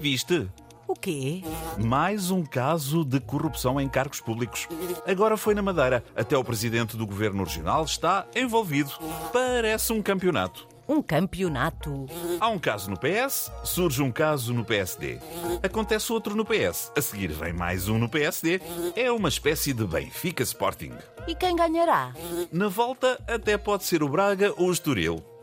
Viste? O quê? Mais um caso de corrupção em cargos públicos. Agora foi na Madeira. Até o presidente do governo regional está envolvido. Parece um campeonato. Um campeonato. Há um caso no PS, surge um caso no PSD. Acontece outro no PS, a seguir vem mais um no PSD. É uma espécie de Benfica Sporting. E quem ganhará? Na volta, até pode ser o Braga ou o Estoril.